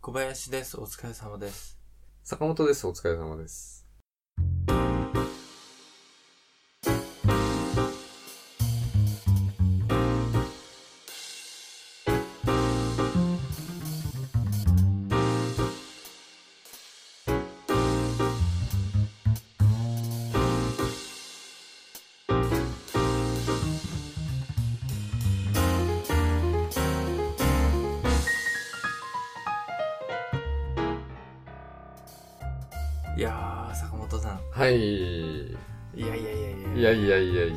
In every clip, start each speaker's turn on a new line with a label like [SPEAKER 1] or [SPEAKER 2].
[SPEAKER 1] 小林です。お疲れ様です。
[SPEAKER 2] 坂本です。お疲れ様です。
[SPEAKER 1] いやー、坂本さ
[SPEAKER 2] はい。い
[SPEAKER 1] ん。いやいやいやいや
[SPEAKER 2] やいやいやいや。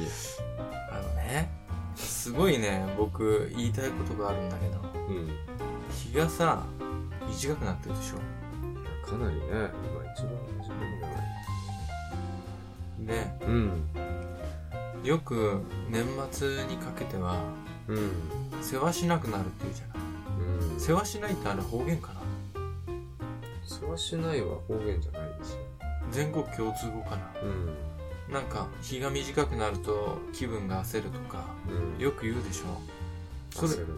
[SPEAKER 1] あのね、すごいね、僕言いたいことがあるんだけど、
[SPEAKER 2] うん。
[SPEAKER 1] 日がさ、短くなってるでしょ。
[SPEAKER 2] かなりね、今一番自分じゃない。
[SPEAKER 1] で、
[SPEAKER 2] うん。
[SPEAKER 1] よく年末にかけては、
[SPEAKER 2] うん。
[SPEAKER 1] 世話しなくなるっていうじゃない。
[SPEAKER 2] うん。
[SPEAKER 1] 世話しないってあれ方言かな
[SPEAKER 2] 世話しないは方言じゃないですよ。
[SPEAKER 1] 全国共通語かな
[SPEAKER 2] うん。
[SPEAKER 1] なんか、日が短くなると気分が焦るとか、
[SPEAKER 2] うん。
[SPEAKER 1] よく言うでしょ。それ
[SPEAKER 2] 焦、るね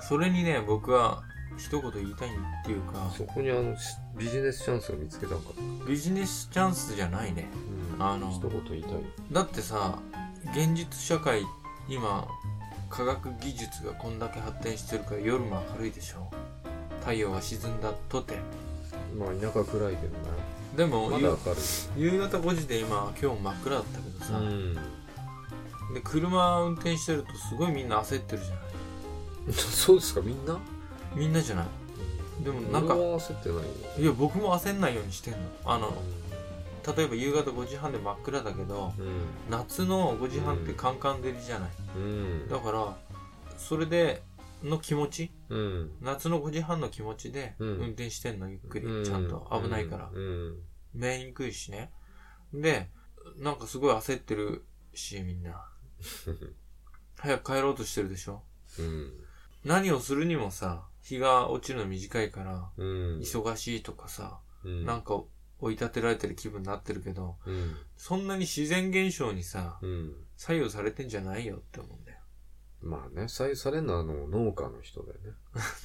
[SPEAKER 1] それにね、僕は一言言いたいっていうか、
[SPEAKER 2] そこにあの、しビジネスチャンスを見つけたんかな。
[SPEAKER 1] ビジネスチャンスじゃないね。
[SPEAKER 2] うん
[SPEAKER 1] あの
[SPEAKER 2] 一言言いたい。
[SPEAKER 1] だってさ、現実社会、今、科学技術がこんだけ発展してるから夜も明るいでしょ。太陽が沈んだとて。
[SPEAKER 2] まあ、田舎暗いけどね。
[SPEAKER 1] で
[SPEAKER 2] ま
[SPEAKER 1] も、
[SPEAKER 2] だ明
[SPEAKER 1] 夕
[SPEAKER 2] るい。
[SPEAKER 1] 夕方5時で今、今日真っ暗だったけどさ、
[SPEAKER 2] ん。
[SPEAKER 1] で、車運転してるとすごいみんな焦ってるじゃない。
[SPEAKER 2] そうですか、みん な
[SPEAKER 1] みんなじゃない。でもなんか
[SPEAKER 2] 俺、は焦ってないよ。
[SPEAKER 1] いや、僕も焦んないようにしてんの。あの、例えば夕方5時半で真っ暗だけど、
[SPEAKER 2] うん。
[SPEAKER 1] 夏の5時半ってカンカン照りじゃない。
[SPEAKER 2] うん。
[SPEAKER 1] だから、それで、の気持ち
[SPEAKER 2] うん。
[SPEAKER 1] 夏の5時半の気持ちで
[SPEAKER 2] うん
[SPEAKER 1] 運転してんの、ゆっくり。ちゃんと危ないから。
[SPEAKER 2] うん。
[SPEAKER 1] 目にくいしね。で、なんかすごい焦ってるし、みん な。早く帰ろうとしてるでしょ
[SPEAKER 2] うん。
[SPEAKER 1] 何をするにもさ、日が落ちるの短いから、
[SPEAKER 2] うん。
[SPEAKER 1] 忙しいとかさ、
[SPEAKER 2] うん。
[SPEAKER 1] なんか追い立てられてる気分になってるけど、
[SPEAKER 2] うん。
[SPEAKER 1] そんなに自然現象にさ、
[SPEAKER 2] うん。
[SPEAKER 1] 左右されてんじゃないよって思うんだよ。
[SPEAKER 2] まあね、左右されるのはあの農家の人だよね。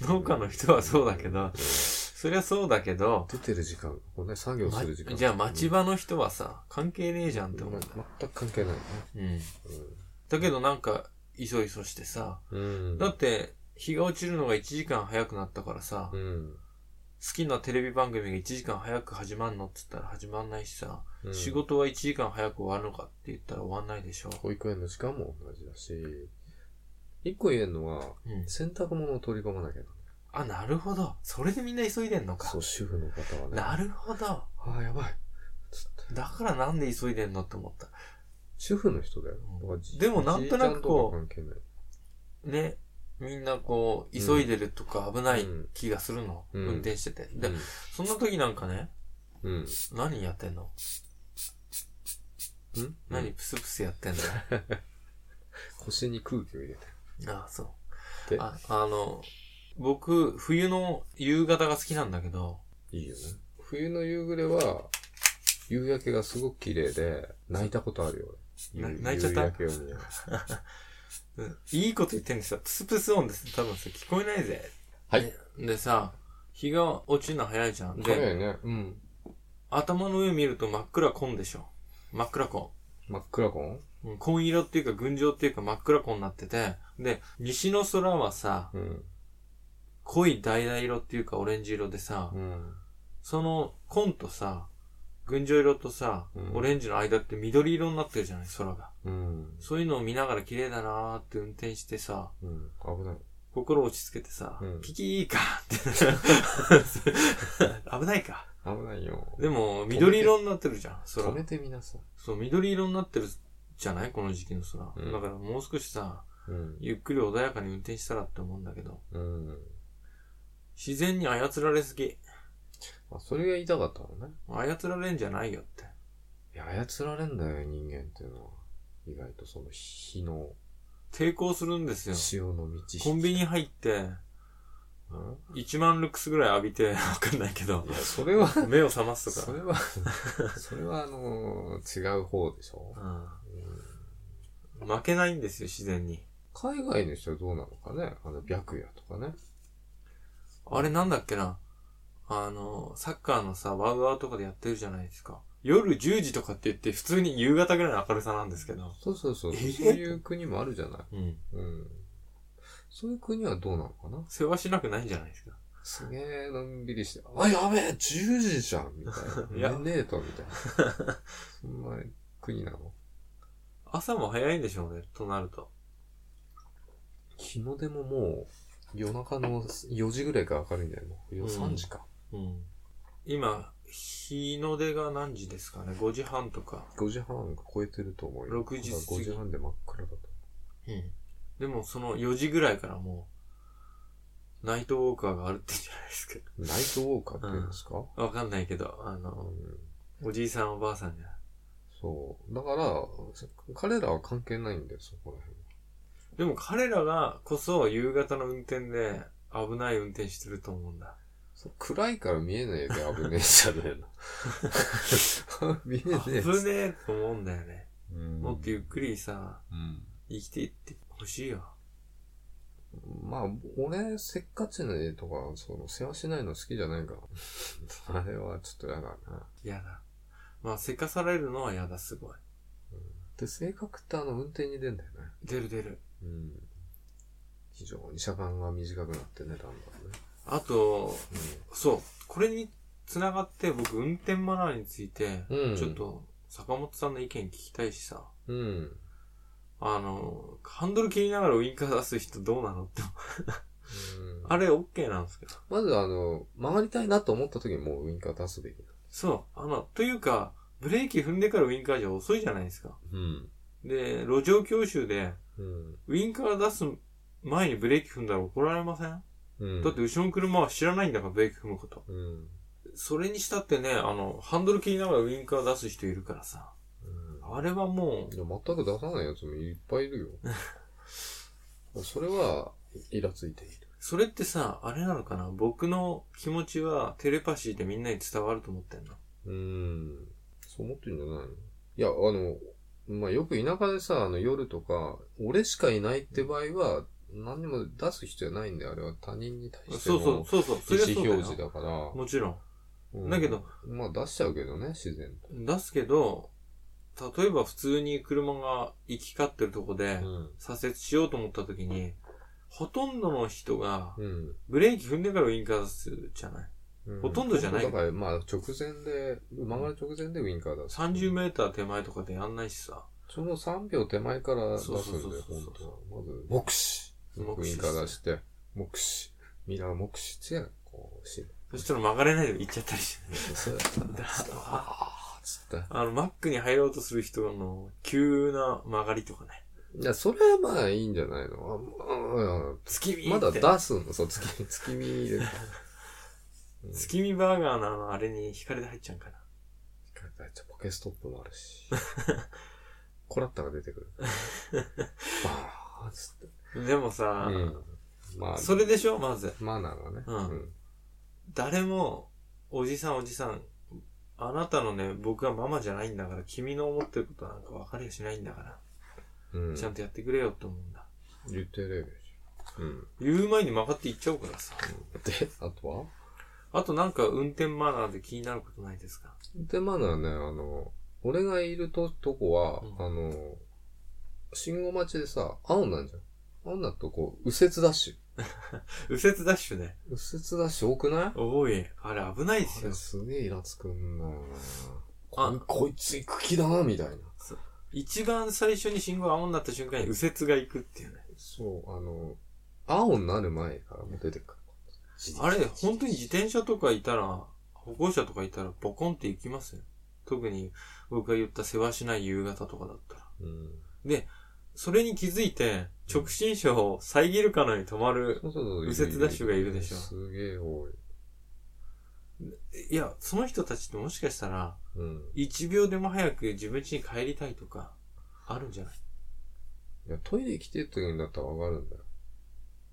[SPEAKER 1] 農家の人はそうだけど、そりゃそうだけど、
[SPEAKER 2] 出てる時間、こうね、作業する時間。
[SPEAKER 1] まじゃあ町場の人はさ、関係ねえじゃんって
[SPEAKER 2] で
[SPEAKER 1] 思う
[SPEAKER 2] も
[SPEAKER 1] んだよ。
[SPEAKER 2] 全く関係ないね。
[SPEAKER 1] うん。だけどなんか、いそいそしてさ、
[SPEAKER 2] うん。
[SPEAKER 1] だって、日が落ちるのが1時間早くなったからさ、
[SPEAKER 2] う
[SPEAKER 1] 好
[SPEAKER 2] ん。
[SPEAKER 1] きなテレビ番組が1時間早く始まんのっつったら始まんないしさ、
[SPEAKER 2] うん
[SPEAKER 1] 仕。事は1時間早く終わるのかって言ったら終わんないでしょ。
[SPEAKER 2] 保育園の時間も同じだし、一個言えるのは、
[SPEAKER 1] うん。
[SPEAKER 2] 洗濯物を取り込まなきゃな。
[SPEAKER 1] あ、なるほど。それでみんな急いでんの
[SPEAKER 2] そ
[SPEAKER 1] か。
[SPEAKER 2] う、主婦の方はね。
[SPEAKER 1] なるほど。
[SPEAKER 2] ああ、やばい。つって
[SPEAKER 1] だからなんで急いでんのって思った。
[SPEAKER 2] 主婦の人だよ。だから
[SPEAKER 1] でもなんとなくこう
[SPEAKER 2] じいちゃんとか関係ない。
[SPEAKER 1] ね、みんなこう、急いでるとか危ない
[SPEAKER 2] うん
[SPEAKER 1] 気がするの。
[SPEAKER 2] うん
[SPEAKER 1] 運転してて。で、そんな時なんかね、
[SPEAKER 2] うん。うん。
[SPEAKER 1] 何やってんの
[SPEAKER 2] うん
[SPEAKER 1] 何プスプスやってんの
[SPEAKER 2] 腰に空気を入れて。
[SPEAKER 1] ああ、そう
[SPEAKER 2] で。
[SPEAKER 1] あ、あの、僕、冬の夕方が好きなんだけど、
[SPEAKER 2] いいよね。冬の夕暮れは、夕焼けがすごく綺麗で、泣いたことあるよ、俺。
[SPEAKER 1] な
[SPEAKER 2] 夕
[SPEAKER 1] 泣いちゃった
[SPEAKER 2] 夕焼けを見ながら
[SPEAKER 1] うんいいこと言ってんですよ。プスプス音です。多分それ聞こえないぜ。
[SPEAKER 2] はい。
[SPEAKER 1] ででさ、日が落ちるの早いじゃん。
[SPEAKER 2] 早
[SPEAKER 1] で、
[SPEAKER 2] いね。うん。
[SPEAKER 1] 頭の上見ると真っ暗紺でしょ。真っ暗紺。
[SPEAKER 2] 真っ暗コン
[SPEAKER 1] うん紺色っていうか群青っていうか真っ暗紺になってて、で、西の空はさ、
[SPEAKER 2] うん。
[SPEAKER 1] 濃い橙色っていうかオレンジ色でさ、
[SPEAKER 2] うん。
[SPEAKER 1] その紺とさ、群青色とさ、
[SPEAKER 2] うん
[SPEAKER 1] オレンジの間って緑色になってるじゃない、空が。
[SPEAKER 2] うん。
[SPEAKER 1] そういうのを見ながら綺麗だなーって運転してさ、
[SPEAKER 2] うん。危ない。
[SPEAKER 1] 心落ち着けてさ、
[SPEAKER 2] うん
[SPEAKER 1] キキーか って。危ないか。
[SPEAKER 2] 危ないよ。
[SPEAKER 1] でも、緑色になってるじゃん、
[SPEAKER 2] 止
[SPEAKER 1] 空
[SPEAKER 2] め。てみなさい。
[SPEAKER 1] そう、緑色になってるじゃないこの時期の空、
[SPEAKER 2] うん
[SPEAKER 1] だからもう少しさ、
[SPEAKER 2] うん。
[SPEAKER 1] ゆっくり穏やかに運転したらって思うんだけど、
[SPEAKER 2] うん。
[SPEAKER 1] 自然に操られすぎ。
[SPEAKER 2] あ、それが言いたかったのね。
[SPEAKER 1] 操られんじゃないよって。
[SPEAKER 2] いや、操られんだよ、人間っていうのは。意外とその火の
[SPEAKER 1] 抵抗するんですよ。
[SPEAKER 2] 潮の満ち
[SPEAKER 1] コンビニ入って、
[SPEAKER 2] うん
[SPEAKER 1] 1万ルクスぐらい浴びて、 わかんないけど
[SPEAKER 2] い、や、それは、
[SPEAKER 1] 目を覚ますと
[SPEAKER 2] そ
[SPEAKER 1] か。
[SPEAKER 2] れは、それはあのー違う方でしょ
[SPEAKER 1] うん負けないんですよ、自然に。
[SPEAKER 2] 海外の人はどうなのかねあの、白夜とかね。
[SPEAKER 1] あれなんだっけなあの、サッカーのさ、ワールドアウトとかでやってるじゃないですか。夜10時とかって言って、普通に夕方ぐらいの明るさなんですけど。
[SPEAKER 2] そうそうそう。
[SPEAKER 1] え
[SPEAKER 2] そう
[SPEAKER 1] ー
[SPEAKER 2] いう国もあるじゃない。
[SPEAKER 1] うん。
[SPEAKER 2] うん。そういう国はどうなのかな
[SPEAKER 1] 世話しなくないんじゃないですか。
[SPEAKER 2] すげえのんびりして、あ、やべえ !10 時じゃんみたい
[SPEAKER 1] い
[SPEAKER 2] な
[SPEAKER 1] や。
[SPEAKER 2] 寝ねえとみたいな。そんな国なの
[SPEAKER 1] 朝も早いんでしょうね、となると。
[SPEAKER 2] 日の出ももう、夜中の4時ぐらいから明るいんだよね。夜
[SPEAKER 1] うん
[SPEAKER 2] 3時か。
[SPEAKER 1] うん。今、日の出が何時ですかね ?5 時半とか。
[SPEAKER 2] 5時半が超えてると思うよ。
[SPEAKER 1] 6時過ぎ
[SPEAKER 2] 5時半で真っ暗だと。
[SPEAKER 1] うん。でもその4時ぐらいからもう、ナイトウォーカーがあるってんじゃないですか。
[SPEAKER 2] ナイトウォーカーって言うんですか、
[SPEAKER 1] わかんないけど、あ
[SPEAKER 2] うん
[SPEAKER 1] の、おじいさんおばあさんじゃない。
[SPEAKER 2] そう。だから、彼らは関係ないんだよ、そこら辺は。
[SPEAKER 1] でも彼らがこそ夕方の運転で危ない運転してると思うんだ。
[SPEAKER 2] そう暗いから見えないで危ねえじゃねえな。 見えね
[SPEAKER 1] 危
[SPEAKER 2] え
[SPEAKER 1] ね
[SPEAKER 2] っつって。
[SPEAKER 1] えと思うんだよね。
[SPEAKER 2] うん
[SPEAKER 1] もっとゆっくりさ、
[SPEAKER 2] うん
[SPEAKER 1] 生きていってほしいよ。
[SPEAKER 2] まあ、俺、せっかちな絵とか、その、世話しないの好きじゃないから。 あれはちょっと嫌だな。
[SPEAKER 1] 嫌だ。まあ、せかされるのは嫌だ、すごい。
[SPEAKER 2] で、性格ってあの、運転に出んだよね。
[SPEAKER 1] 出る出る。
[SPEAKER 2] うん。非常に車間が短くなってね、だんだんね。
[SPEAKER 1] あと、そう、これにつながって僕、運転マナーについて、
[SPEAKER 2] うん
[SPEAKER 1] ちょっと、坂本さんの意見聞きたいしさ、
[SPEAKER 2] うん。うん。
[SPEAKER 1] あの、ハンドル切りながらウインカー出す人どうなのって、
[SPEAKER 2] うん
[SPEAKER 1] あれ OK なんですけど。
[SPEAKER 2] まずあの、曲がりたいなと思った時にもうウインカー出すべきだ。
[SPEAKER 1] そう、あの、というか、ブレーキ踏んでからウインカーじゃ遅いじゃないですか。
[SPEAKER 2] うん。
[SPEAKER 1] で、路上教習で、
[SPEAKER 2] うん。
[SPEAKER 1] ウインカー出す前にブレーキ踏んだら怒られません、
[SPEAKER 2] うん。
[SPEAKER 1] だって、後ろの車は知らないんだから、ブレーキ踏むこと。
[SPEAKER 2] うん。うん。
[SPEAKER 1] それにしたってね、あの、ハンドル切りながらウインカー出す人いるからさ。あれはも
[SPEAKER 2] いや、全く出さないやつもいっぱいいる よ。それは、イラついている。
[SPEAKER 1] う、それってさ、あれなのかな僕の気持ちはテレパシーでみんなに伝わると思ってんの。
[SPEAKER 2] うーん。そう思ってるんじゃないのいや、あの、まあ、よく田舎でさ、あの、夜とか、俺しかいないって場合は、何にも出す必要ないんだよ。あれは他人に対して
[SPEAKER 1] そ
[SPEAKER 2] の
[SPEAKER 1] うそう、そうそう、そ
[SPEAKER 2] 意
[SPEAKER 1] れは
[SPEAKER 2] 思
[SPEAKER 1] そうだ
[SPEAKER 2] 表示
[SPEAKER 1] よ。
[SPEAKER 2] だから。
[SPEAKER 1] もちろん。
[SPEAKER 2] うん
[SPEAKER 1] だけど。
[SPEAKER 2] まあ、出しちゃうけどね、自然と。
[SPEAKER 1] 出すけど、例えば普通に車が行き交ってるとこで、
[SPEAKER 2] ん。
[SPEAKER 1] 左折しようと思った時に、ほとんどの人が、
[SPEAKER 2] うん。
[SPEAKER 1] ブレーキ踏んでからウインカー出すじゃないほとんどじゃない
[SPEAKER 2] だから、まあ、直前で、曲がる直前でウインカー出す。
[SPEAKER 1] ?30 メーター手前とかでやんないしさ。
[SPEAKER 2] その3秒手前から出すんだよ
[SPEAKER 1] そうそうそう、そう
[SPEAKER 2] 本当はまず、目視。
[SPEAKER 1] 目
[SPEAKER 2] ウ
[SPEAKER 1] 視
[SPEAKER 2] インカー出して、目視。ミラー目視。違う。こう、し
[SPEAKER 1] そしたら曲がれないで 行っちゃったりしてね。
[SPEAKER 2] そうだあーつっ
[SPEAKER 1] あの、マックに入ろうとする人の急な曲がりとかね。
[SPEAKER 2] て。いや、それはまあいいんじゃないのあうん
[SPEAKER 1] 月見
[SPEAKER 2] まだ
[SPEAKER 1] って
[SPEAKER 2] 出すのそう、月、月見 で。うん
[SPEAKER 1] 月見バーガーのあの、あれに惹かれて入っちゃうんかな。
[SPEAKER 2] ポケストップもあるし。コラッタが出て くる。あーつって。
[SPEAKER 1] でもさ、
[SPEAKER 2] うん。まあ、
[SPEAKER 1] それでしょまず。
[SPEAKER 2] マナーがね。
[SPEAKER 1] うん誰も、おじさんおじさん、あなたのね、僕はママじゃないんだから、君の思ってることなんか分かりやしないんだから、
[SPEAKER 2] うん。うん
[SPEAKER 1] ちゃんとやってくれよって思うんだ。
[SPEAKER 2] 言ってるよ。うん。
[SPEAKER 1] 言う前に曲がっていっちゃおうからさ。
[SPEAKER 2] で、あとは
[SPEAKER 1] あとなんか運転マナーで気になることないですか
[SPEAKER 2] で、まだね、あの、俺がいると、とこは、
[SPEAKER 1] うん
[SPEAKER 2] あの、信号待ちでさ、青なんじゃん。青になるとこう、右折ダッシ
[SPEAKER 1] 右折ダッシュね。
[SPEAKER 2] ュ。右折ダッシュ多くない
[SPEAKER 1] おい、あれ危ないで
[SPEAKER 2] あ
[SPEAKER 1] すよ
[SPEAKER 2] れ。すげえイラつくんだよな
[SPEAKER 1] あ
[SPEAKER 2] ここいつ行く気だな、みたいな。
[SPEAKER 1] 一番最初に信号が青になった瞬間に右折が行くっていうね。
[SPEAKER 2] そう、あの、青になる前からもう出てくる。
[SPEAKER 1] あれ、本当に自転車とかいたら、歩行者とかいたらボコンって行きますよ。特に僕が言った世話しない夕方とかだったら。
[SPEAKER 2] うん。
[SPEAKER 1] それに気づいて、直進車を遮るかのように止まる。
[SPEAKER 2] そうそうそう
[SPEAKER 1] 右折ダッシュがいるでしょ
[SPEAKER 2] すげえ多い。
[SPEAKER 1] いや、その人たちってもしかしたら、
[SPEAKER 2] うん。
[SPEAKER 1] 1秒でも早く自分家に帰りたいとか、あるんじゃない
[SPEAKER 2] いや、トイレ来てって言うんだったらわかるんだよ。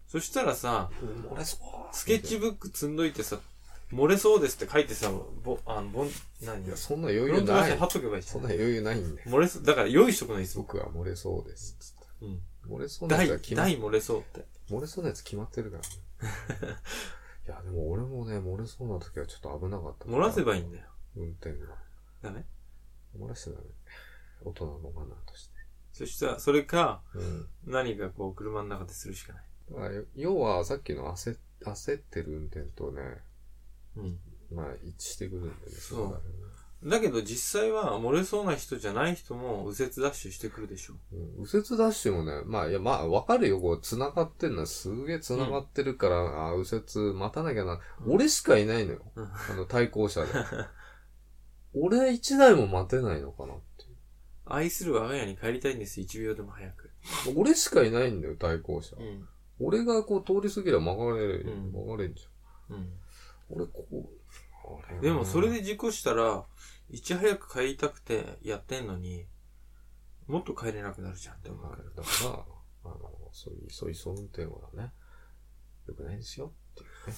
[SPEAKER 1] そしたらさ、
[SPEAKER 2] 俺そう。
[SPEAKER 1] スケッチブック積んどいてさ、漏れそうですって書いてさ、ぼ、あの、ぼん、何
[SPEAKER 2] いや、そんな余
[SPEAKER 1] フロ
[SPEAKER 2] 裕
[SPEAKER 1] ントガラ
[SPEAKER 2] な
[SPEAKER 1] スに貼
[SPEAKER 2] い。
[SPEAKER 1] っとけばいいじゃ
[SPEAKER 2] そん
[SPEAKER 1] ん。
[SPEAKER 2] な余裕ないんだよ。
[SPEAKER 1] 漏れそう、だから用意しとくないです、僕。
[SPEAKER 2] 僕は漏れそうです。つっ
[SPEAKER 1] う
[SPEAKER 2] て
[SPEAKER 1] ん。
[SPEAKER 2] 漏れそうなや
[SPEAKER 1] 大
[SPEAKER 2] つは、決まっ
[SPEAKER 1] 大漏れそうって。
[SPEAKER 2] 漏れそうなやつ決まってるからね。いや、でも俺もね、漏れそうな時はちょっと危なかった。
[SPEAKER 1] 漏らせばいいんだよ。
[SPEAKER 2] 運転が。
[SPEAKER 1] ダメ
[SPEAKER 2] 漏らしてダメ。大人のマナーとして。
[SPEAKER 1] そしたら、それか、
[SPEAKER 2] うん。
[SPEAKER 1] 何かこう、車の中でするしかない。
[SPEAKER 2] だから、要はさっきの焦っ焦ってる運転とね、
[SPEAKER 1] うん。
[SPEAKER 2] まあ一致してくるんだよね。
[SPEAKER 1] そう
[SPEAKER 2] だね。
[SPEAKER 1] だけど実際は漏れそうな人じゃない人も右折ダッシュしてくるでしょ。
[SPEAKER 2] うん右折ダッシュもね、まあ、いや、まあ、わかるよ、こう、繋がってんのはすげえ繋がってるから、あー右折待たなきゃな。
[SPEAKER 1] うん
[SPEAKER 2] 俺しかいないのよ。
[SPEAKER 1] うん
[SPEAKER 2] あの、対 向車で。俺一台も待てないのかなってい
[SPEAKER 1] 愛する我が家に帰りたいんです、1秒でも早く。
[SPEAKER 2] う。俺しかいないんだよ、対向車。
[SPEAKER 1] ん。
[SPEAKER 2] 俺がこう、通り過ぎれば曲がれる、
[SPEAKER 1] うん
[SPEAKER 2] 曲がれんじ
[SPEAKER 1] うん。
[SPEAKER 2] ゃん。俺、こう、あれ
[SPEAKER 1] でもそれ、で事故したら、いち早く帰りたくてやってんのに、もっと帰れなくなるじゃんって思う
[SPEAKER 2] まあ
[SPEAKER 1] から。
[SPEAKER 2] だから、あの、そういう、そういうそういう運転はね、よくないですよ。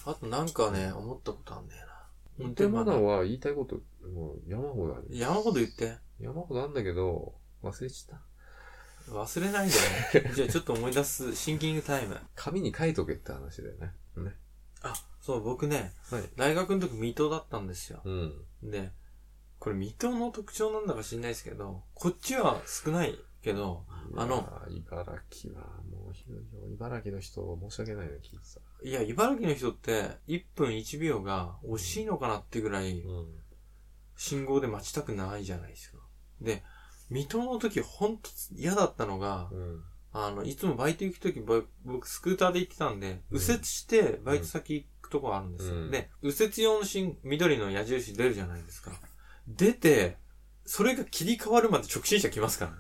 [SPEAKER 1] あとなんかね、思ったことあんだよな。
[SPEAKER 2] 運転マナーは言いたいこと、もう山ほどある。
[SPEAKER 1] 山ほど言って。
[SPEAKER 2] 山ほどあんだけど、忘れちゃった。
[SPEAKER 1] 忘れないんだよ ね。じゃあちょっと思い出す、シンキングタイム。
[SPEAKER 2] 紙に書いとけって話だよね。ね。
[SPEAKER 1] あ、そう、僕ね、
[SPEAKER 2] はい
[SPEAKER 1] 大学の時水戸だったんですよ。
[SPEAKER 2] うん。
[SPEAKER 1] で、これ水戸の特徴なんだか知んないですけど、こっちは少ないけど、あの
[SPEAKER 2] いやー、茨城はもうひどいよ。茨城の人、申し訳ないね、聞いてた。
[SPEAKER 1] いや、茨城の人って、1分1秒が惜しいのかなってぐらい、
[SPEAKER 2] ん。
[SPEAKER 1] 信号で待ちたくないじゃないですか。で、水戸の時ほんと嫌だったのが、
[SPEAKER 2] うん。
[SPEAKER 1] あの、いつもバイト行く時、ぼ僕スクーターで行ってたんで、
[SPEAKER 2] うん
[SPEAKER 1] 右折してバイト先行くとこあるんですよ。
[SPEAKER 2] うん
[SPEAKER 1] で、右折用の信緑の矢印出るじゃないですか。出て、それが切り替わるまで直進車来ますからね。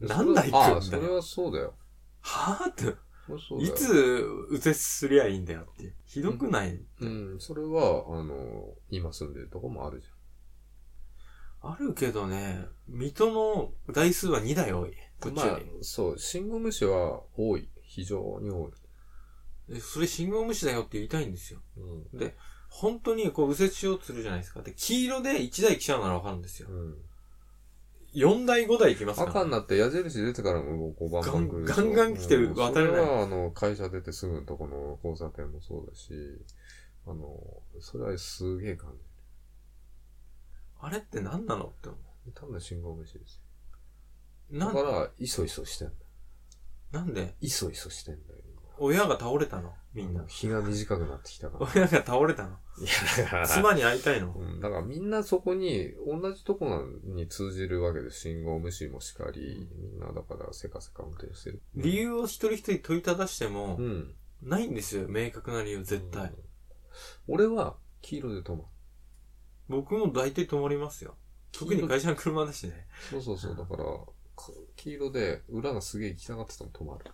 [SPEAKER 1] なんだ行くんだよ
[SPEAKER 2] あ、それはそうだよ。
[SPEAKER 1] はぁって。
[SPEAKER 2] それはそうだ
[SPEAKER 1] い
[SPEAKER 2] よ。
[SPEAKER 1] つ右折すりゃいいんだよっていう。ひどくない、
[SPEAKER 2] うん、それは、あの、今住んでるとこもあるじ
[SPEAKER 1] あるけどね、水戸の台数は2台多い。
[SPEAKER 2] ゃ
[SPEAKER 1] こ
[SPEAKER 2] ん。
[SPEAKER 1] っちより。
[SPEAKER 2] まあ、そう、信号無視は多い。非常に多い。
[SPEAKER 1] でそれ信号無視だよって言いたいんですよ。
[SPEAKER 2] うん。
[SPEAKER 1] 本当にこう右折しようとするじゃないですか。で、黄色で1台来ちゃうならわかるんですよ。
[SPEAKER 2] うん。
[SPEAKER 1] 4台5台来ますから。
[SPEAKER 2] 赤になって矢印出てからも5番番来るでしょ
[SPEAKER 1] ガンガンガン来てる
[SPEAKER 2] うん
[SPEAKER 1] 渡れない
[SPEAKER 2] それは、あの、会社出てすぐのとこの交差点もそうだし、あの、それはすげえ感
[SPEAKER 1] あれって何なのって思
[SPEAKER 2] じ。単なる信号無視です
[SPEAKER 1] う。
[SPEAKER 2] よ。だ
[SPEAKER 1] な
[SPEAKER 2] か
[SPEAKER 1] ん、
[SPEAKER 2] ら、いそいそしてんだよ。
[SPEAKER 1] なんで
[SPEAKER 2] いそいそしてんだよ。
[SPEAKER 1] 親が倒れたのみ
[SPEAKER 2] 今
[SPEAKER 1] んな。
[SPEAKER 2] 日が短くなってき たから。
[SPEAKER 1] 親が倒れたの
[SPEAKER 2] いや、だか
[SPEAKER 1] 妻に会いたいの
[SPEAKER 2] うん、だからみんなそこに、同じとこに通じるわけで、信号無視もしかり、みんなだからせかせか運転してる。
[SPEAKER 1] 理由を一人一人問いただしても
[SPEAKER 2] う、ん。
[SPEAKER 1] ないんですよ。明確な理由、絶
[SPEAKER 2] う
[SPEAKER 1] 対
[SPEAKER 2] ん。。俺は、黄色で止まる。
[SPEAKER 1] 僕も大体止まりますよ。特に会社の車だしね。
[SPEAKER 2] そうそうそう、だから、か黄色で裏がすげえ行きたがってたの止まる。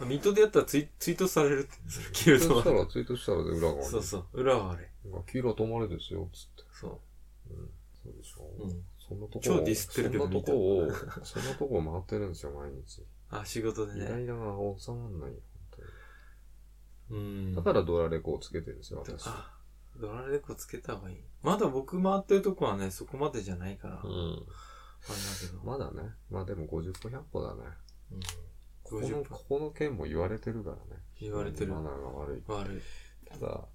[SPEAKER 1] あ水戸でやったらツイツイートされるって。それ黄色
[SPEAKER 2] ツイートし
[SPEAKER 1] 止
[SPEAKER 2] た
[SPEAKER 1] ま
[SPEAKER 2] ら、ツイートしたらで裏が悪
[SPEAKER 1] る。
[SPEAKER 2] い。
[SPEAKER 1] そうそう。裏はあれ。
[SPEAKER 2] 黄色は止まれですよ、つって。
[SPEAKER 1] そ
[SPEAKER 2] うん。そうでしょ。
[SPEAKER 1] う。うん。
[SPEAKER 2] そんなとこを、
[SPEAKER 1] 超ディスってるけど
[SPEAKER 2] そんなとこを、 そんなとこを回ってるんですよ、毎日。
[SPEAKER 1] あ、仕事で
[SPEAKER 2] イラ
[SPEAKER 1] ね。
[SPEAKER 2] イラが収まんないよ、本
[SPEAKER 1] うん。
[SPEAKER 2] 当に。だからドラレコをつけてるんですよ、私。
[SPEAKER 1] あ、ドラレコつけた方がいい。まだ僕回ってるとこはね、そこまでじゃないから。
[SPEAKER 2] う
[SPEAKER 1] あれだ
[SPEAKER 2] ん。
[SPEAKER 1] けど。
[SPEAKER 2] まだね。まあでも50歩100歩だね。
[SPEAKER 1] うん
[SPEAKER 2] ここ
[SPEAKER 1] 50
[SPEAKER 2] の、
[SPEAKER 1] 分
[SPEAKER 2] ここの件も言われてるからね。
[SPEAKER 1] 言われてる
[SPEAKER 2] マ。ナーが悪い。
[SPEAKER 1] 悪い。
[SPEAKER 2] ただ、茨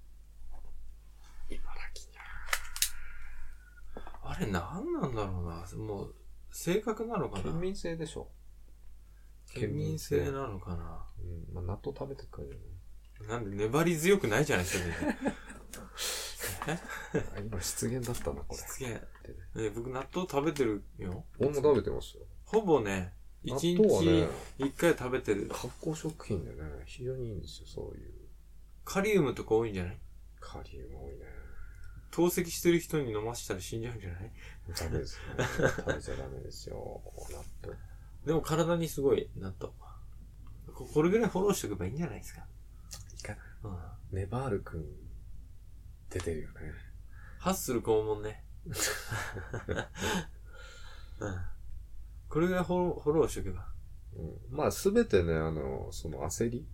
[SPEAKER 2] 城には
[SPEAKER 1] あれ、なんなんだろうな。もう、性格なのかな
[SPEAKER 2] 県民性でしょ。
[SPEAKER 1] 県民性なのかな
[SPEAKER 2] うん、まあ、納豆食べてっからじ
[SPEAKER 1] なんで粘り強くないじゃないですか、全然
[SPEAKER 2] ゃない。あ今、失言だった な、これ。
[SPEAKER 1] すげえ。え僕、納豆食べてるよ。
[SPEAKER 2] 俺も食べてますよ。
[SPEAKER 1] ほぼね、一
[SPEAKER 2] 納
[SPEAKER 1] 日
[SPEAKER 2] 豆はね、
[SPEAKER 1] 一回食べてる。
[SPEAKER 2] 発酵食品でね、非常にいいんですよ、そういう。
[SPEAKER 1] カリウムとか多いんじゃない
[SPEAKER 2] カリウム多いね。
[SPEAKER 1] 透析してる人に飲ませたら死んじゃうんじゃない
[SPEAKER 2] ダメですね。食べちゃダメですよ、 納豆。
[SPEAKER 1] でも体にすごい納豆。ここれぐらいフォローしておけばいいんじゃないですか。
[SPEAKER 2] いかない。
[SPEAKER 1] うん。
[SPEAKER 2] ネバールくん、出てるよね。
[SPEAKER 1] ハッスル肛門ね。うん。これぐらいフォローフォローしておけば。
[SPEAKER 2] うん。まあ、すべてね、あの、その焦り。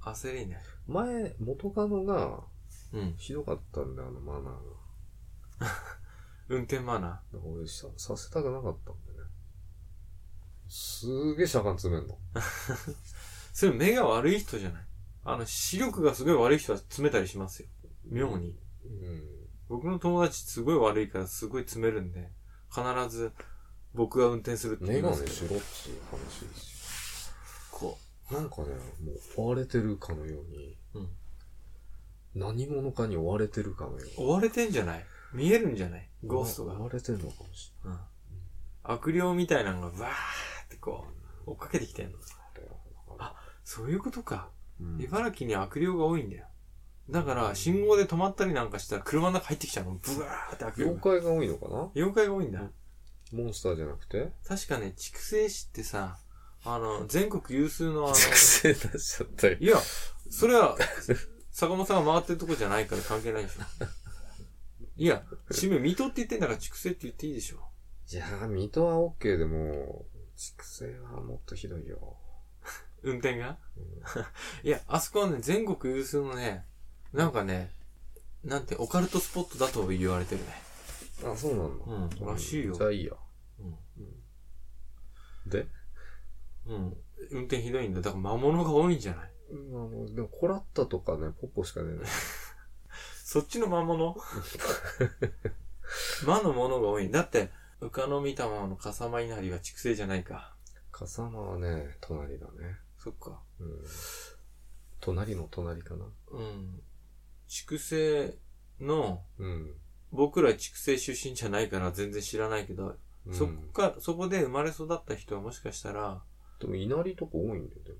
[SPEAKER 1] 焦りね。
[SPEAKER 2] 前、元カノが、
[SPEAKER 1] うん。
[SPEAKER 2] ひどかったんだよ、あのマナーが。
[SPEAKER 1] 運転マナー。
[SPEAKER 2] だから俺さ、させたくなかったんだよね。すーげえしゃがん詰めんの。
[SPEAKER 1] それ目が悪い人じゃないあの、視力がすごい悪い人は詰めたりしますよ。妙に。
[SPEAKER 2] うん。
[SPEAKER 1] 僕の友達すごい悪いからすごい詰めるんで、必ず僕が運転するって言
[SPEAKER 2] メ
[SPEAKER 1] い
[SPEAKER 2] ガ
[SPEAKER 1] ま
[SPEAKER 2] ネ
[SPEAKER 1] すけ
[SPEAKER 2] し
[SPEAKER 1] ど。
[SPEAKER 2] ろっていう話です
[SPEAKER 1] こ
[SPEAKER 2] よ。なんかね、もう追われてるかのように、
[SPEAKER 1] うん
[SPEAKER 2] 何者かに追われてるかのよう
[SPEAKER 1] う。
[SPEAKER 2] に。
[SPEAKER 1] 追われてんじゃない見えるんじゃないゴースト
[SPEAKER 2] 追
[SPEAKER 1] が。
[SPEAKER 2] われてるのかもし
[SPEAKER 1] うん。悪霊みたいなのがわーってこう、追っかけてきてんの。
[SPEAKER 2] れない。
[SPEAKER 1] そういうことか。
[SPEAKER 2] うん
[SPEAKER 1] 茨城に悪霊が多いんだよ。だから、信号で止まったりなんかしたら車の中入ってきちゃうの。ブワーって悪霊
[SPEAKER 2] 妖
[SPEAKER 1] が。
[SPEAKER 2] 怪が多いのかな
[SPEAKER 1] 妖怪が多いんだ。
[SPEAKER 2] モンスターじゃなくて
[SPEAKER 1] 確かね、筑西市ってさ、あの、全国有数 のあの、
[SPEAKER 2] 癖出しちゃ ったよ。
[SPEAKER 1] いや、それは、坂本さんが回ってるとこじゃないから関係ないでしょ。いや、市名、水戸って言ってんだから筑西って言っていいでしょ。
[SPEAKER 2] いやー、水戸は OK でも、畜生はもっとひどいよ。
[SPEAKER 1] 運転がいや、あそこはね、全国有数のね、なんかね、なんて、オカルトスポットだと言われてるね。
[SPEAKER 2] あ、そうなんだ。
[SPEAKER 1] うん、らしいよ
[SPEAKER 2] じ。ゃあいいや。
[SPEAKER 1] うん。
[SPEAKER 2] で
[SPEAKER 1] うん。運転ひどいんだ。だから魔物が多いんじゃない
[SPEAKER 2] うんあの、でも、コラッタとかね、ポッポし か出ない。
[SPEAKER 1] そっちの魔物魔のものが多い。だって、うかのみたまの笠間稲荷は畜生じゃないか。
[SPEAKER 2] カサマはね、隣だね。
[SPEAKER 1] そっか。
[SPEAKER 2] うん。隣の隣かな。
[SPEAKER 1] うん。畜生の、
[SPEAKER 2] うん。
[SPEAKER 1] 僕ら畜生出身じゃないから全然知らないけど、
[SPEAKER 2] うん
[SPEAKER 1] そこか、そこで生まれ育った人はもしかしたら、
[SPEAKER 2] でも、稲荷とか多いんだよ、で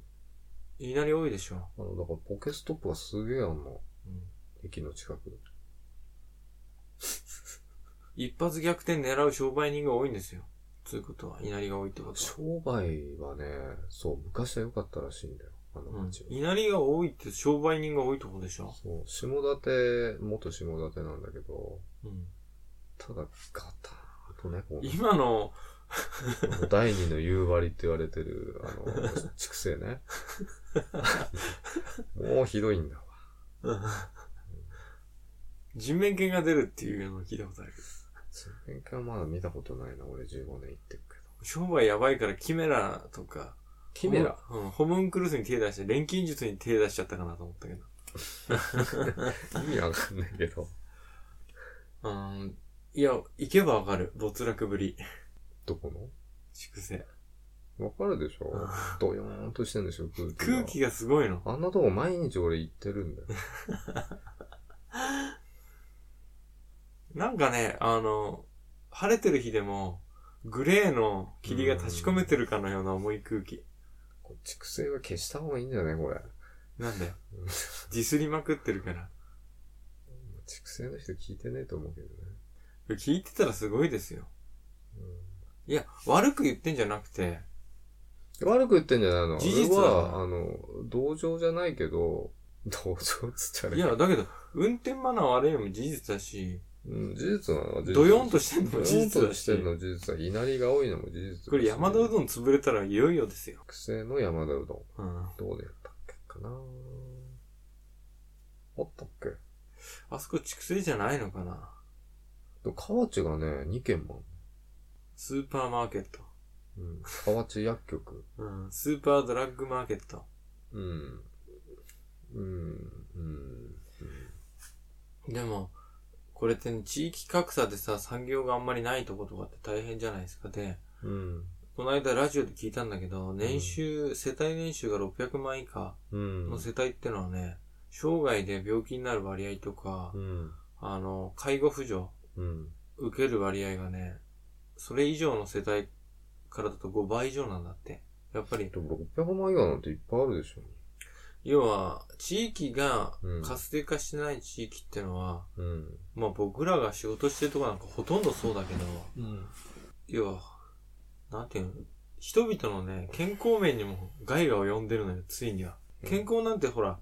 [SPEAKER 1] 稲荷多いでしょ。
[SPEAKER 2] も。あの、だから、ポケストップはすげえあんの。
[SPEAKER 1] うん
[SPEAKER 2] 駅の近く。
[SPEAKER 1] 一発逆転狙う商売人が多いんですよ。ということは、稲荷が多いってことは。
[SPEAKER 2] 商売はね、そう、昔は良かったらしいんだよ。あの
[SPEAKER 1] うん
[SPEAKER 2] 街は。
[SPEAKER 1] 稲荷が多いって商売人が多いとこでしょ。
[SPEAKER 2] そう、下館、元下館なんだけど、
[SPEAKER 1] うん。
[SPEAKER 2] ただ、ガターンとね、こう
[SPEAKER 1] 今の、
[SPEAKER 2] 第二の夕張って言われてる、あ の、畜生ね。もうひどいんだ
[SPEAKER 1] う
[SPEAKER 2] わ。
[SPEAKER 1] ん人面犬が出るっていうのを聞いたことあるけど。
[SPEAKER 2] そういう喧嘩はまだ見たことないな、俺15年行ってるけど。
[SPEAKER 1] 商売やばいからキメラとか。
[SPEAKER 2] キメラ
[SPEAKER 1] ホムうん、ホムンクルスに手出して、錬金術に手出しちゃったかなと思ったけど。
[SPEAKER 2] 意味わかんないけど。
[SPEAKER 1] うん。いや、行けばわかる。没落ぶり。
[SPEAKER 2] どこの
[SPEAKER 1] 粛清。
[SPEAKER 2] わかるでしょドヨーンとしてんでしょ、空気が。
[SPEAKER 1] 空気がすごいの。
[SPEAKER 2] あんなとこ毎日俺行ってるんだよ。
[SPEAKER 1] なんかね、あの、晴れてる日でも、グレーの霧が立ち込めてるかのような重い空気。
[SPEAKER 2] これ畜生は消した方がいいんじゃないこれ。
[SPEAKER 1] なんだよ。ディスりまくってるから。
[SPEAKER 2] 畜生の人聞いてねえと思うけどね。
[SPEAKER 1] 聞いてたらすごいですよ。
[SPEAKER 2] うん
[SPEAKER 1] いや、悪く言ってんじゃなくて、
[SPEAKER 2] 悪く言ってんじゃないの
[SPEAKER 1] 事実だ
[SPEAKER 2] 俺は、あの、同情じゃないけど、同情っつっちゃね。
[SPEAKER 1] いや、だけど、運転マナー悪いのも事実だし、
[SPEAKER 2] うん、事実なのは事実。
[SPEAKER 1] ドヨンとしてんの
[SPEAKER 2] ド
[SPEAKER 1] も
[SPEAKER 2] ヨ
[SPEAKER 1] 事
[SPEAKER 2] ン
[SPEAKER 1] 実
[SPEAKER 2] と
[SPEAKER 1] だ
[SPEAKER 2] し、
[SPEAKER 1] して
[SPEAKER 2] んの事実は、稲荷が多いのも事実、
[SPEAKER 1] これ山田う
[SPEAKER 2] ん。
[SPEAKER 1] どん潰れたらいよいよですよ。
[SPEAKER 2] 癖の山田うどん。
[SPEAKER 1] うん。
[SPEAKER 2] どうでやったっけかなあったっけで
[SPEAKER 1] あそこ畜生じゃないのかな
[SPEAKER 2] も河内がね、2軒も
[SPEAKER 1] スーパーマーケット。
[SPEAKER 2] ある。うん。河内薬局。
[SPEAKER 1] うん。スーパードラッグマーケット。
[SPEAKER 2] うん。うん。うん。
[SPEAKER 1] でも、これってね、地域格差でさ、産業があんまりないとことかって大変じゃないですか。で、
[SPEAKER 2] うん。
[SPEAKER 1] この間ラジオで聞いたんだけど、年収、世帯年収が600万以下
[SPEAKER 2] うん。
[SPEAKER 1] の世帯ってのはね、生涯で病気になる割合とか
[SPEAKER 2] う、ん。
[SPEAKER 1] あの、介護扶助、
[SPEAKER 2] うん。
[SPEAKER 1] 受ける割合がね、それ以上の世帯からだと5倍以上なんだって。やっぱり
[SPEAKER 2] で、も600万以外なんていっぱいあるでしょ。
[SPEAKER 1] 要は、地域が
[SPEAKER 2] うん
[SPEAKER 1] 活性化してない地域ってのは、
[SPEAKER 2] うん。
[SPEAKER 1] まあ僕らが仕事してるとこなんかほとんどそうだけど、
[SPEAKER 2] うん。
[SPEAKER 1] 要は、なんていうの、人々のね、健康面にも害が及んでるのよ、ついには。健康なんてほら、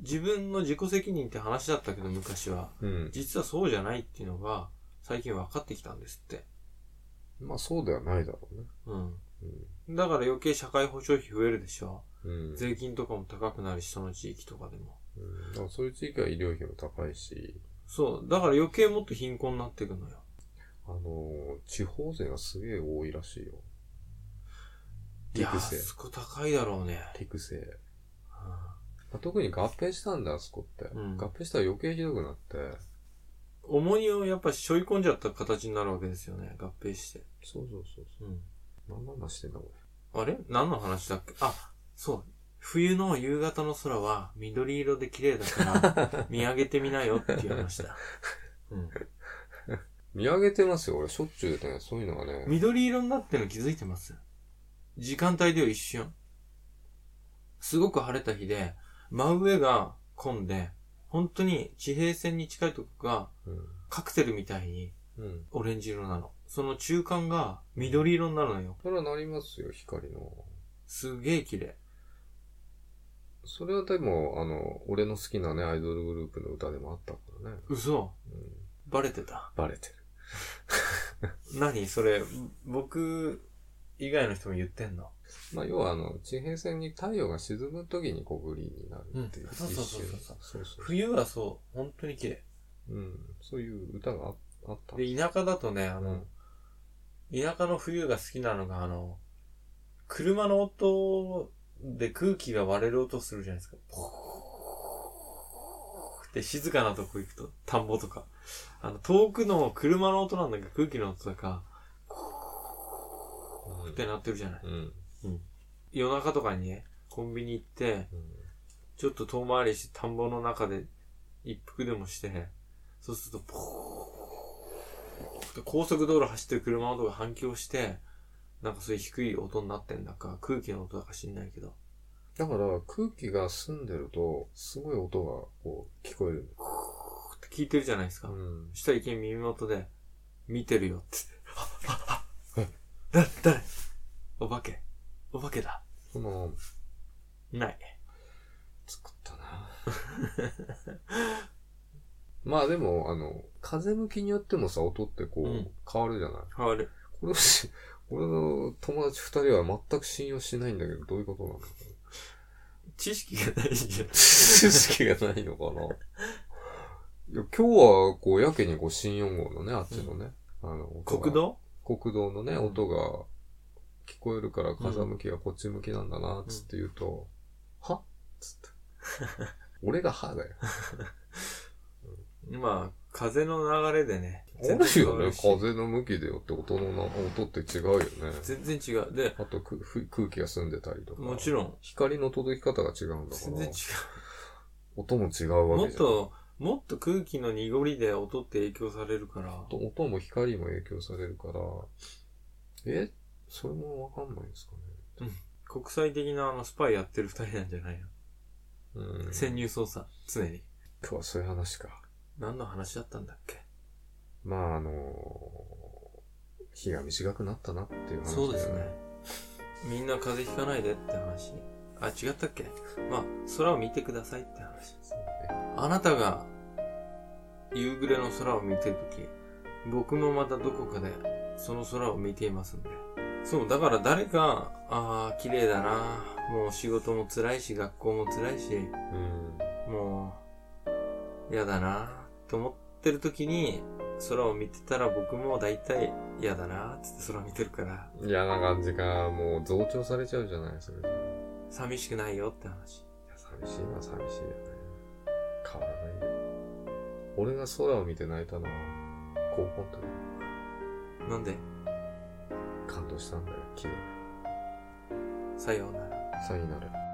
[SPEAKER 1] 自分の自己責任って話だったけど、昔は。
[SPEAKER 2] うん。
[SPEAKER 1] 実はそうじゃないっていうのが、最近分かってきたんですって。
[SPEAKER 2] まあそうではないだろうね。
[SPEAKER 1] うん。だから余計社会保障費増えるでしょ。
[SPEAKER 2] うん。うん。
[SPEAKER 1] 税金とかも高くなるし、その地域とかでも。
[SPEAKER 2] うんだからそういう地域は医療費も高いし、
[SPEAKER 1] そう。だから余計もっと貧困になっていくのよ。
[SPEAKER 2] あのー地方税がすげえ多いらしいよ。
[SPEAKER 1] いやー、
[SPEAKER 2] 陸生
[SPEAKER 1] あそこ高いだろうね。
[SPEAKER 2] テクセ。
[SPEAKER 1] うん
[SPEAKER 2] あ特に合併したんだ、あそこって。
[SPEAKER 1] うん
[SPEAKER 2] 合併したら余計ひどくなって。
[SPEAKER 1] 重荷をやっぱ背負い込んじゃった形になるわけですよね。合併して。
[SPEAKER 2] そうそうそうそ
[SPEAKER 1] うん。
[SPEAKER 2] う。何の話してんだ、こ
[SPEAKER 1] あれ何の話だっけあ、そう。冬の夕方の空は緑色で綺麗だから、見上げてみなよっていう話だ。うん。
[SPEAKER 2] れ。見上げてますよ、俺。しょっちゅうね、そういうのがね。
[SPEAKER 1] 緑色になってるの気づいてます時間帯でよ、一瞬。すごく晴れた日で、真上が混んで、本当に地平線に近いとこが
[SPEAKER 2] うん。
[SPEAKER 1] カクテルみたいに
[SPEAKER 2] うん。
[SPEAKER 1] オレンジ色なの。その中間が緑色になるのよ。
[SPEAKER 2] それはなりますよ、光の。
[SPEAKER 1] すげえ綺麗。
[SPEAKER 2] それはでも、あの、俺の好きなね、アイドルグループの歌でもあったからね。
[SPEAKER 1] 嘘
[SPEAKER 2] うん。
[SPEAKER 1] バレてた。
[SPEAKER 2] バレてる。
[SPEAKER 1] 何それ、僕以外の人も言ってんの
[SPEAKER 2] まあ、要は、あの、地平線に太陽が沈む時にこう、グリーンになるっていう。
[SPEAKER 1] うんそうそうそうそう
[SPEAKER 2] 一瞬そうそう
[SPEAKER 1] 冬はそう、本当に綺麗。
[SPEAKER 2] うん。そういう歌がああった。
[SPEAKER 1] で、田舎だとね、あ
[SPEAKER 2] う
[SPEAKER 1] の
[SPEAKER 2] ん、
[SPEAKER 1] 田舎の冬が好きなのが、あの、車の音で空気が割れる音するじゃないですか。ポーって静かなとこ行くと、田んぼとか。あの、遠くの車の音なんだけど空気の音だか、
[SPEAKER 2] うん
[SPEAKER 1] ってなってるじゃない。
[SPEAKER 2] うん。
[SPEAKER 1] 夜中とかにね、コンビニ行って、
[SPEAKER 2] うん
[SPEAKER 1] ちょっと遠回りして田んぼの中で一服でもして、そうすると、ポーって高速道路走ってる車の音が反響して、なんかそういう低い音になってんだか、空気の音だか知んないけど。
[SPEAKER 2] だから空気が澄んでると、すごい音がこう聞こえるんだよ。
[SPEAKER 1] ポーって聞いてるじゃないですか。
[SPEAKER 2] うん
[SPEAKER 1] そしたら一見耳元で、見てるよ って。あ、あ、あ、誰誰お化け。お化けだ。
[SPEAKER 2] この、
[SPEAKER 1] ない。
[SPEAKER 2] 作ったな まあでも、あの、風向きによってもさ、音ってこう、
[SPEAKER 1] うん
[SPEAKER 2] 変わるじゃない
[SPEAKER 1] あれ。
[SPEAKER 2] これし、俺の友達二人は全く信用しないんだけど、どういうことなの
[SPEAKER 1] 知識がないんじゃない
[SPEAKER 2] 知識がないのか ないや今日は、こう、やけにこう、新4号のね、あっちのね、あの、音が
[SPEAKER 1] 国道
[SPEAKER 2] 国道のね、
[SPEAKER 1] うん
[SPEAKER 2] 音が聞こえるから風向きがこっち向きなんだな、つって言うと、はつって。俺がはだよ。
[SPEAKER 1] まあ、風の流れでね。
[SPEAKER 2] あるよね、
[SPEAKER 1] 全然変わし
[SPEAKER 2] 風の向きでよって音のな、音って違うよね。
[SPEAKER 1] 全然違う。で、
[SPEAKER 2] あとくふ空気が澄んでたりとか。
[SPEAKER 1] もちろん。
[SPEAKER 2] 光の届き方が違うんだか
[SPEAKER 1] 全然違
[SPEAKER 2] ら、音も違う
[SPEAKER 1] う。
[SPEAKER 2] わ
[SPEAKER 1] もっ
[SPEAKER 2] けじゃん。
[SPEAKER 1] と、もっと空気の濁りで音って影響されるから。
[SPEAKER 2] 音音も光も影響されるから、えそれもわかんないですかね。
[SPEAKER 1] 国際的なあのスパイやってる二人なんじゃないの、
[SPEAKER 2] うん。
[SPEAKER 1] 潜入捜査、常に。
[SPEAKER 2] 今日はそういう話か。
[SPEAKER 1] 何の話だったんだっけ
[SPEAKER 2] まああの日が短くなったなっていう話
[SPEAKER 1] そうですね。みんな風邪ひかないでって話。あ、違ったっけまあ、空を見てくださいって話。あなたが夕暮れの空を見てるとき、僕もまたどこかでその空を見ていますんで。そう、だから誰か、ああ、綺麗だな。もう仕事も辛いし、学校も辛いし、
[SPEAKER 2] うん。
[SPEAKER 1] もう、嫌だな。と思ってるときに、空を見てたら僕も大体嫌だな。つって空見てるから、
[SPEAKER 2] 嫌な感じが、もう増長されちゃうじゃない、それで。い
[SPEAKER 1] 寂しくないよって話。
[SPEAKER 2] や、寂しいは寂しいよね。変わらないよ。俺が空を見て泣いたのは、高校の時
[SPEAKER 1] なんで、
[SPEAKER 2] 感動したんだよ、綺麗。
[SPEAKER 1] さようなら。
[SPEAKER 2] さよなら。